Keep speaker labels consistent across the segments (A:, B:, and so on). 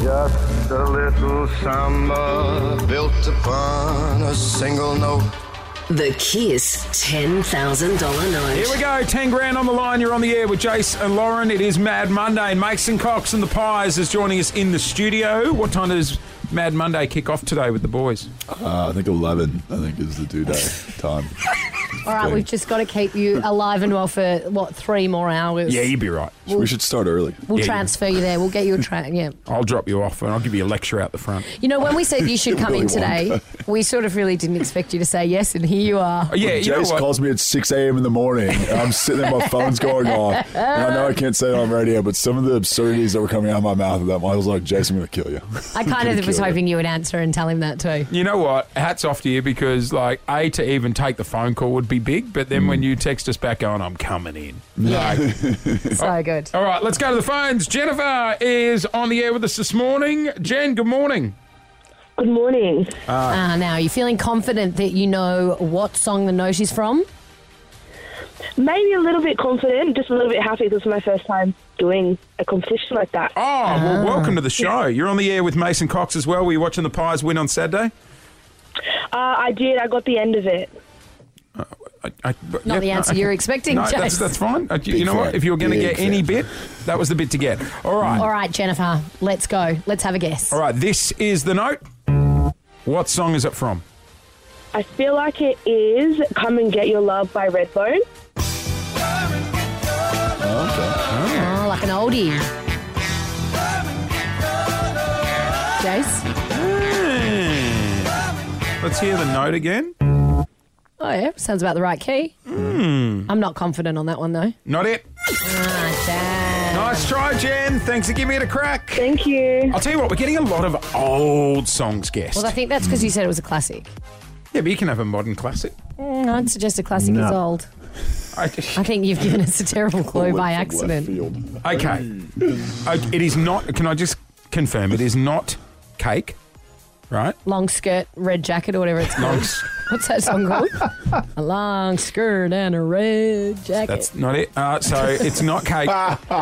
A: Just a little samba built upon a single note.
B: The Kiss $10,000 note.
C: Here we go, 10 grand on the line. You're on the air with Jace and Lauren. It is Mad Monday. And Mason Cox and the Pies is joining us in the studio. What time does Mad Monday kick off today with the boys?
D: Uh, I think 11, I think, is the due day time.
E: All right, we've just got to keep you alive and well for what three more hours.
C: Yeah, you'd be right.
D: we should start early.
E: We'll
C: yeah, you-
E: transfer you there. We'll get you a tra Yeah,
C: I'll drop you off and I'll give you a lecture out the front.
E: you know when we said you should come in
D: Willy
E: today, we sort of really didn't expect you to say yes, and here you are.
C: Oh, yeah,
D: Jace
C: you know what?
D: calls me at 6 a.m. in the morning. And I'm sitting there, my phone's going off. And I know I can't say it on radio, but some of the absurdities that were coming out of my mouth at that moment, I was like, Jace, I'm going to kill you.
E: I kind
D: Gonna
E: of was
D: kill
E: hoping you would answer and tell him that too.
C: You know what? Hats off to you because, like, A, to even take the phone call would be big, but then when you text us back going, I'm coming in. Like,
E: So good.
C: all right, let's go to the phones. Jennifer is on the air with us this morning. Jen, good morning.
F: Good morning.
E: Ah, now are you feeling confident that you know what song the note is from?
F: Maybe a little bit confident, just a little bit happy because it's my first time doing a competition like that.
C: Oh,
D: Ah.
C: well, welcome to the show. You're on the air with Mason Cox as well. Were you watching the Pies win on Saturday?
F: Uh, I did. I got the end of it.
C: I, I, but-
E: Not the answer
C: okay.
E: you're expecting,
C: No,
E: Jace.
C: that's, that's fine. Uh, you
D: Big
C: know what?
D: fan.
C: If you were going to
D: Big
C: get any
D: fan.
C: bit, that was the bit to get. All right.
E: All right, Jennifer, let's go. Let's have a guess.
C: All right. This is the note. What song is it from?
F: I feel like it is "Come and Get Your Love" by Redbone.
E: Oh, like an oldie. Jace?
C: Let's hear the note again.
E: Oh, yeah, sounds about the right key. I'm not confident on that one, though.
C: Not it.
E: Ah, damn.
C: Nice try, Jen. Thanks for giving it a crack.
F: Thank you.
C: I'll tell you what, we're getting a lot of old songs guessed.
E: Well, I think that's because you said it was a classic.
C: yeah, but you can have a modern classic.
E: Mm, I'd suggest a classic is old.
C: I-
E: I think you've given us a terrible
D: you.
E: clue
D: Went
E: by
D: from
E: accident.
D: left field.
C: Okay. O- It is not, can I just confirm? It is not cake, right?
E: Long skirt, red jacket, or whatever it's called.
C: Long-
E: What's that song called? a long skirt and a red jacket.
C: That's not it. Uh, so it's not cake.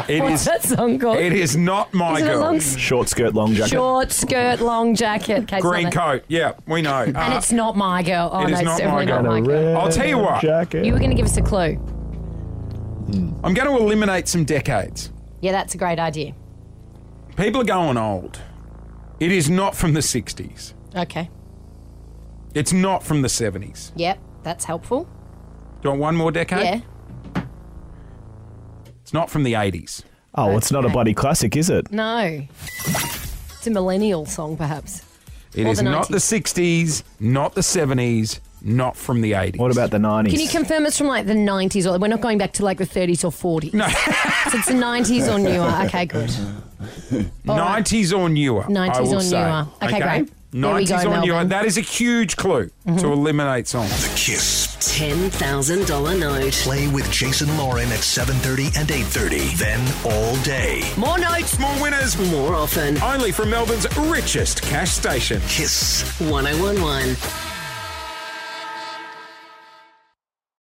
C: It
E: What's
C: is.
E: that song called?
C: It is not my
E: Is it a
C: girl.
E: long s-
G: Short skirt, long jacket.
E: short skirt, long jacket? Kate's
C: Green
E: on it.
C: coat. Yeah, we know.
E: And
C: Uh,
E: it's not my girl.
C: it
E: Oh, no,
C: is
E: it's
C: not my
E: definitely
C: girl.
E: not my girl.
C: I'll tell you what.
G: Jacket.
E: You were going to give us a clue.
C: I'm going to eliminate some decades.
E: Yeah, that's a great idea.
C: People are going old. It is not from the 60s.
E: Okay.
C: It's not from the 70s.
E: Yep, that's helpful.
C: Do you want one more decade?
E: Yeah.
C: It's not from the 80s.
G: oh, it's not a bloody classic, is it?
E: No. It's a millennial song, perhaps.
C: It
E: Or
C: is
E: the
C: not the 60s, not the 70s, not from the 80s.
G: What about the 90s?
E: Can you confirm it's from like the 90s or we're not going back to like the 30s or 40s?
C: No.
E: so it's the 90s or newer. Okay, good.
C: 90s or newer?
E: 90s
C: I will
E: or
C: say.
E: newer. Okay, great. There we
C: 90s
E: go,
C: or newer.
E: Melbourne. Mm-hmm.
C: That is a huge clue to eliminate songs.
H: Kiss.
B: $10,000 note.
H: Play with Jason Lauren at 7:30 and 8:30. Then all day.
E: More notes.
C: More winners,
B: More often.
C: only from Melbourne's richest cash station.
H: Kiss.
B: 1011.